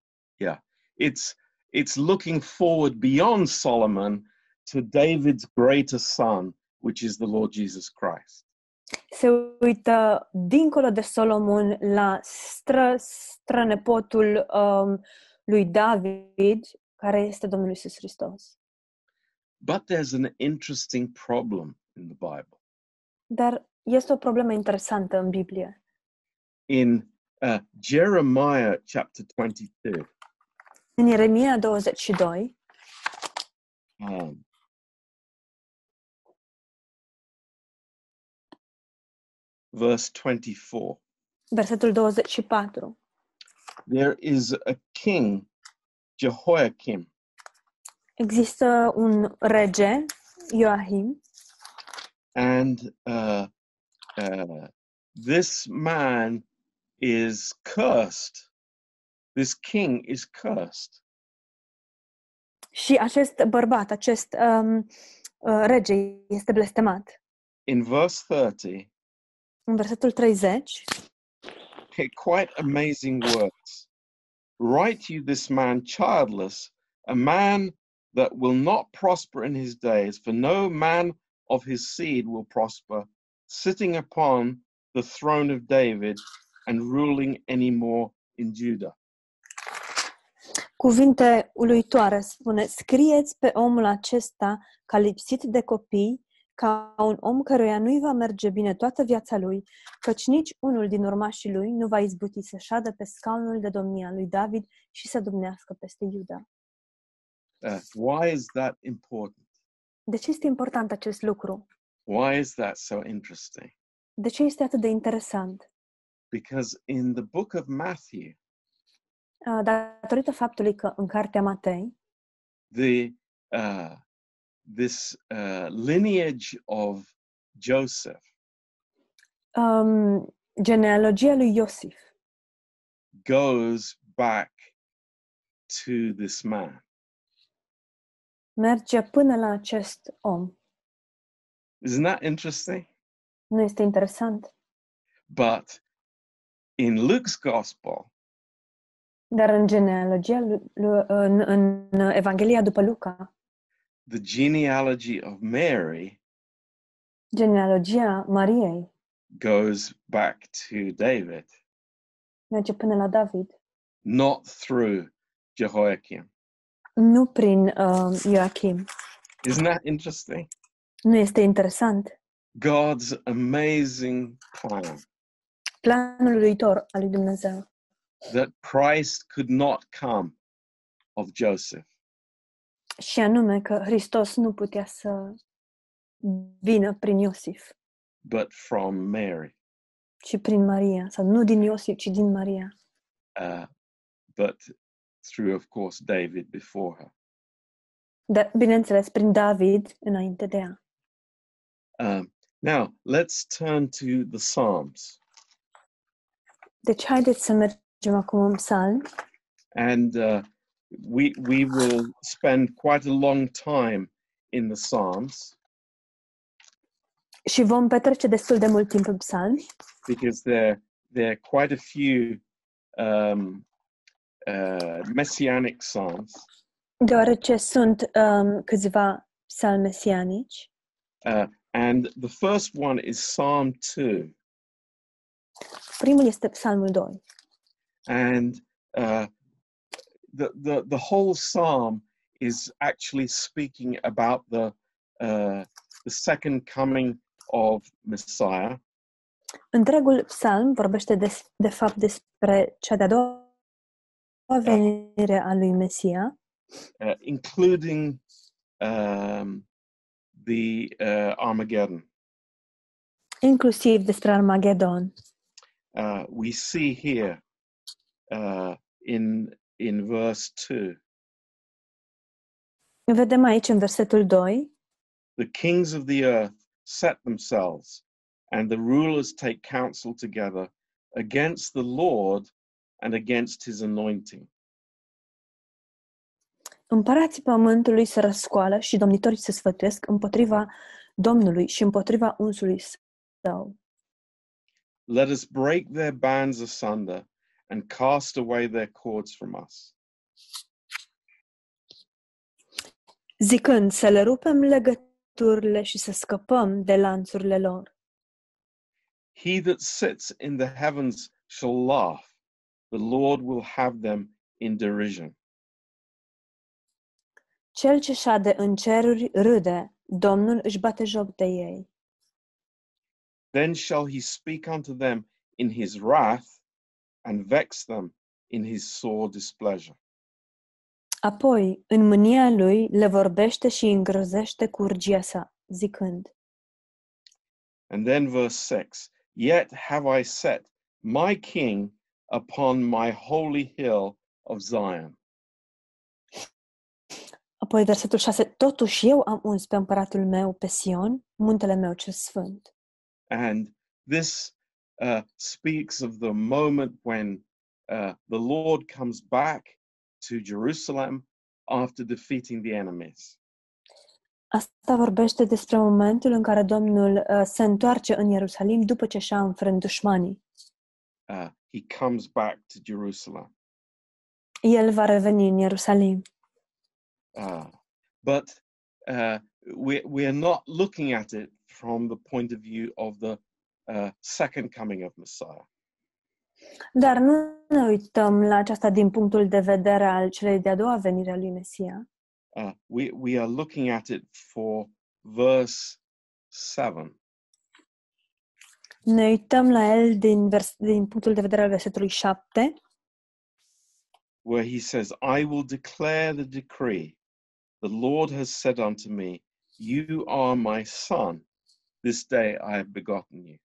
Speaker 1: It's it's looking forward beyond Solomon to David's greater son, which is the Lord Jesus Christ.
Speaker 2: Se uită dincolo de Solomon la stră, strănepotul um, lui David, care este Domnul Isus Hristos.
Speaker 1: But there's an interesting problem in the Bible.
Speaker 2: Dar este o problemă interesantă în Biblie.
Speaker 1: in uh, Jeremiah chapter 22.
Speaker 2: În Ieremia 22,
Speaker 1: Um, verse 24.
Speaker 2: versetul 24,
Speaker 1: there is a king, Jehoiakim,
Speaker 2: Există un rege, Ioahim,
Speaker 1: and uh, uh, this man is cursed. This king is cursed.
Speaker 2: și acest bărbat, acest um, uh, rege este blestemat.
Speaker 1: In verse 30,
Speaker 2: În versetul 30,
Speaker 1: okay, quite amazing words. Write you this man childless, a man that will not prosper in his days, for no man of his seed will prosper, sitting upon the throne of David and ruling anymore in Judah.
Speaker 2: cuvinte uluitoare spune, scrieți pe omul acesta ca lipsit de copii, ca un om căruia nu-i va merge bine toată viața lui, căci nici unul din urmașii lui nu va izbuti să șadă pe scaunul de domnia lui David și să domnească peste Iuda.
Speaker 1: Uh, why is that important?
Speaker 2: De ce este important acest lucru?
Speaker 1: Why is that so interesting?
Speaker 2: De ce este atât de interesant?
Speaker 1: Because in the book of Matthew,
Speaker 2: Uh, Datorită faptului că în cartea Matei,
Speaker 1: the uh, this uh, lineage of Joseph
Speaker 2: um, genealogia lui Iosif
Speaker 1: goes back to this man.
Speaker 2: merge până la acest om.
Speaker 1: Isn't that interesting?
Speaker 2: Nu este interesant?
Speaker 1: But in Luke's gospel,
Speaker 2: Dar în genealogia, lui- lui- în, în Evanghelia după Luca,
Speaker 1: the genealogy of Mary
Speaker 2: genealogia Mariei
Speaker 1: goes back to David,
Speaker 2: merge până la David,
Speaker 1: not through Jehoiakim.
Speaker 2: nu prin uh, Ioachim.
Speaker 1: Isn't that interesting?
Speaker 2: Nu este interesant?
Speaker 1: God's amazing plan
Speaker 2: Planul uitor al lui Dumnezeu,
Speaker 1: that Christ could not come of Joseph.
Speaker 2: și anume că Hristos nu putea să vină prin Iosif,
Speaker 1: but from Mary,
Speaker 2: ci prin Maria, sau nu din Iosif, ci din Maria.
Speaker 1: uh, but through, of course, David before her.
Speaker 2: Dar, bineînțeles, prin David înainte de ea.
Speaker 1: Um, now, let's turn to the Psalms.
Speaker 2: Deci, haideți să mergem acum în psalm
Speaker 1: And uh, we, we will spend quite a long time in the Psalms
Speaker 2: și vom petrece destul de mult timp în psalmi,
Speaker 1: because there, there are quite a few um, uh, messianic Psalms.
Speaker 2: deoarece sunt um, câțiva psalmi mesianici.
Speaker 1: Uh, and the first one is Psalm 2.
Speaker 2: Primul este psalmul 2
Speaker 1: and uh, the, the the whole psalm is actually speaking about the uh, the second coming of Messiah,
Speaker 2: Întregul psalm vorbește de, de fapt despre cea de-a doua venire a lui Mesia,
Speaker 1: uh, including um, the uh, Armageddon.
Speaker 2: inclusiv despre Armagedon.
Speaker 1: Uh, we see here uh, in in verse two,
Speaker 2: Vedem aici în versetul 2
Speaker 1: the kings of the earth set themselves, and the rulers take counsel together against the Lord and against his anointing.
Speaker 2: Împărații pământului se răscoală și domnitorii se sfătuiesc împotriva Domnului și împotriva unsului său.
Speaker 1: Let us break their bands asunder and cast away their cords from us.
Speaker 2: Zicând să le rupem legăturile și să scăpăm de lanțurile lor.
Speaker 1: He that sits in the heavens shall laugh. The Lord will have them in derision.
Speaker 2: Cel ce șade în ceruri râde, Domnul își bate joc de ei.
Speaker 1: Then shall he speak unto them in his wrath and vex them in his sore displeasure.
Speaker 2: Apoi, în mânia lui, le vorbește și îi îngrozește cu urgia sa, zicând,
Speaker 1: And then verse 6 Yet have I set my king upon my holy hill of Zion.
Speaker 2: Apoi versetul 6, totuși eu am uns pe împăratul meu pe Sion, muntele meu cel sfânt.
Speaker 1: And this uh, speaks of the moment when uh, the Lord comes back to Jerusalem after defeating the enemies.
Speaker 2: Asta vorbește despre momentul în care Domnul uh, se întoarce în Ierusalim după ce și-a înfrânt dușmanii.
Speaker 1: Uh, he comes back to Jerusalem.
Speaker 2: El va reveni în Ierusalim.
Speaker 1: Uh, but uh, we, we're not looking at it from the point of view of the uh, second coming of Messiah.
Speaker 2: Dar nu ne uităm la aceasta din punctul de vedere al celei de-a doua venire a lui Mesia,
Speaker 1: Uh, we, we are looking at it for verse 7.
Speaker 2: Ne uităm la el din, vers- din punctul de vedere al versetului 7,
Speaker 1: where he says, I will declare the decree. The Lord has said unto me, You are my son. This day I have begotten you.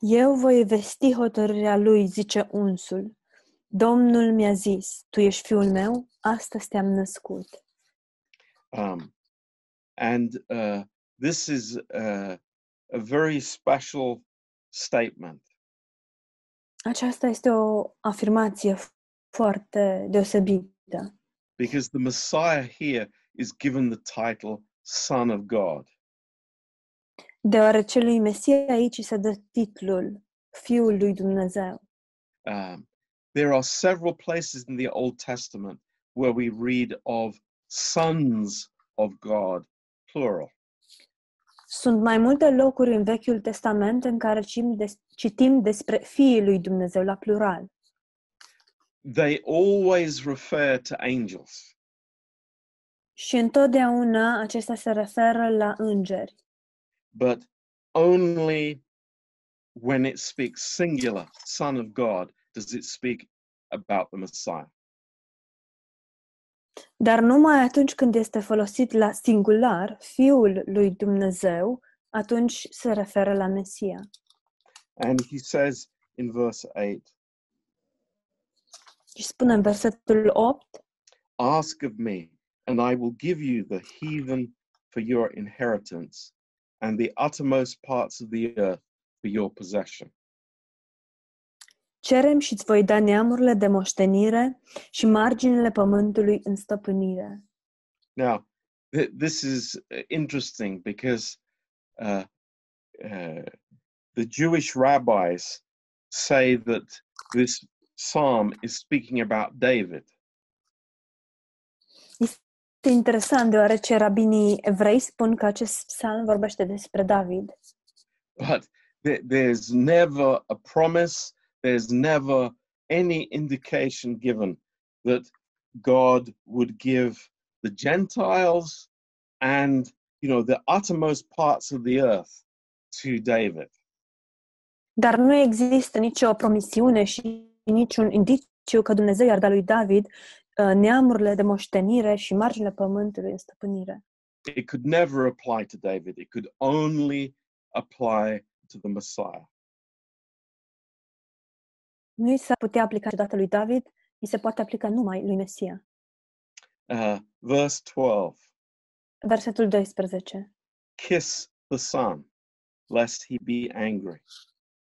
Speaker 2: Eu voi vesti hotărârea lui, zice unsul. Domnul mi-a zis, tu ești fiul meu, astăzi te-am născut.
Speaker 1: Um, and uh, this is uh, a very special statement.
Speaker 2: Aceasta este o afirmație foarte deosebită,
Speaker 1: because the Messiah here is given the title Son of God.
Speaker 2: deoarece lui Mesia aici îi se dă titlul Fiul lui Dumnezeu.
Speaker 1: Um, there are several places in the Old Testament where we read of sons of God, plural.
Speaker 2: Sunt mai multe locuri în Vechiul Testament în care citim, des- citim despre Fiii lui Dumnezeu la plural.
Speaker 1: They always refer to angels.
Speaker 2: Și întotdeauna acesta se referă la îngeri,
Speaker 1: but only when it speaks singular, Son of God, does it speak about the Messiah.
Speaker 2: dar numai atunci când este folosit la singular, Fiul lui Dumnezeu, atunci se referă la Mesia.
Speaker 1: And he says in verse 8,
Speaker 2: Și spune în versetul 8,
Speaker 1: Ask of me, and I will give you the heathen for your inheritance, and the uttermost parts of the earth for your possession.
Speaker 2: Cerem și îți voi da neamurile de moștenire și marginile pământului în stăpânire.
Speaker 1: Now, th- this is uh, interesting because uh, uh, the Jewish rabbis say that this psalm is speaking about David.
Speaker 2: Este interesant deoarece rabinii evrei spun că acest psalm vorbește despre David,
Speaker 1: but there, there's never a promise there's never any indication given that god would give the gentiles and you know the uttermost parts of the earth to david
Speaker 2: dar nu există nicio promisiune și niciun indiciu că Dumnezeu i-ar da lui David uh, neamurile de moștenire și marginile pământului în stăpânire.
Speaker 1: it could never apply to david it could only apply to the messiah
Speaker 2: Nu i s-ar putea aplica niciodată lui David, i se poate aplica numai lui Mesia.
Speaker 1: Uh, verse 12
Speaker 2: Versetul 12.
Speaker 1: kiss the son lest he be angry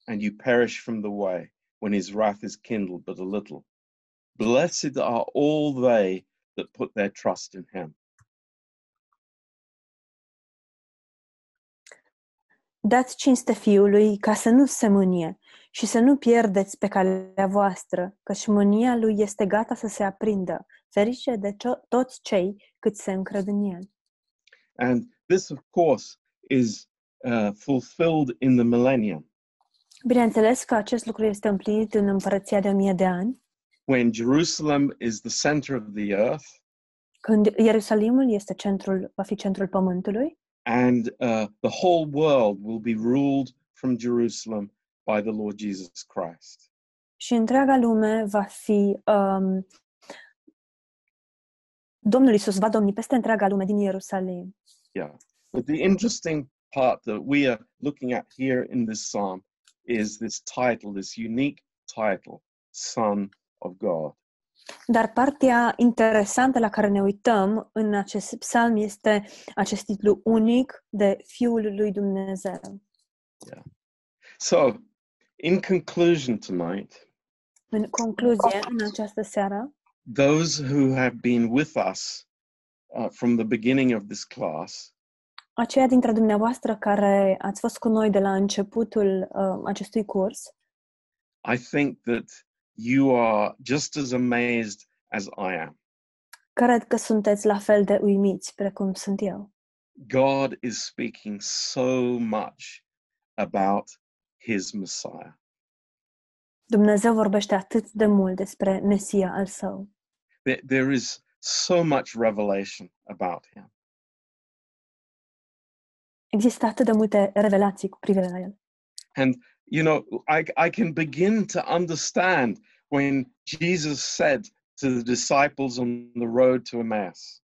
Speaker 1: and you perish from the way when his wrath is kindled but a little blessed are all they that put their trust in him
Speaker 2: Dați cinste fiului ca să nu se mânie și să nu pierdeți pe calea voastră, căci mânia lui este gata să se aprindă, ferice de ce- toți cei cât se încred în el.
Speaker 1: and this of course is uh, fulfilled in the millennium
Speaker 2: Bineînțeles că acest lucru este împlinit în împărăția de o mie de ani,
Speaker 1: when jerusalem is the center of the earth
Speaker 2: când Ierusalimul este centrul, va fi centrul pământului
Speaker 1: and uh, the whole world will be ruled from jerusalem by the lord jesus christ
Speaker 2: și întreaga lume va fi... Um, Domnul Isus va domni peste întreaga lume din Ierusalim.
Speaker 1: Yeah. But the interesting part that we are looking at here in this psalm is this title, this unique title, Son of God.
Speaker 2: Dar partea interesantă la care ne uităm în acest psalm este acest titlu unic de Fiul lui Dumnezeu.
Speaker 1: So, in conclusion tonight,
Speaker 2: În concluzie, în această seară,
Speaker 1: those who have been with us uh, from the beginning of this class
Speaker 2: aceia dintre dumneavoastră care ați fost cu noi de la începutul uh, acestui curs,
Speaker 1: I think that you are just as amazed as I am.
Speaker 2: cred că sunteți la fel de uimiți precum sunt eu.
Speaker 1: God is speaking so much about his Messiah.
Speaker 2: Dumnezeu vorbește atât de mult despre Mesia al său.
Speaker 1: There, there is so much revelation about him.
Speaker 2: Există atât de multe revelații cu privire la el.
Speaker 1: You know, I, I can begin to understand when Jesus said to the disciples on the road to Emmaus,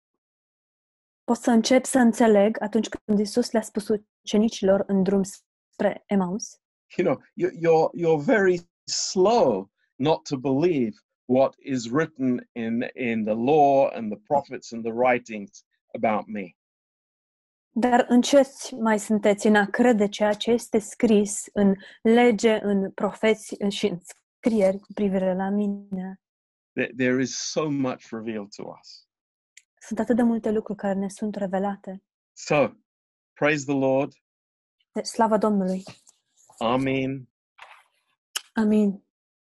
Speaker 2: Pot să încep să înțeleg atunci când Isus le-a spus ucenicilor în drum spre Emaus.
Speaker 1: you know, you, you're, you're very slow not to believe what is written in, in the law and the prophets and the writings about me.
Speaker 2: Dar încet mai sunteți în a crede ceea ce este scris în lege, în profeți și în scrieri cu privire la mine.
Speaker 1: There, there is so much revealed to us.
Speaker 2: Sunt atât de multe lucruri care ne sunt revelate.
Speaker 1: So, praise the Lord.
Speaker 2: Deci, slavă Domnului!
Speaker 1: Amen.
Speaker 2: Amin!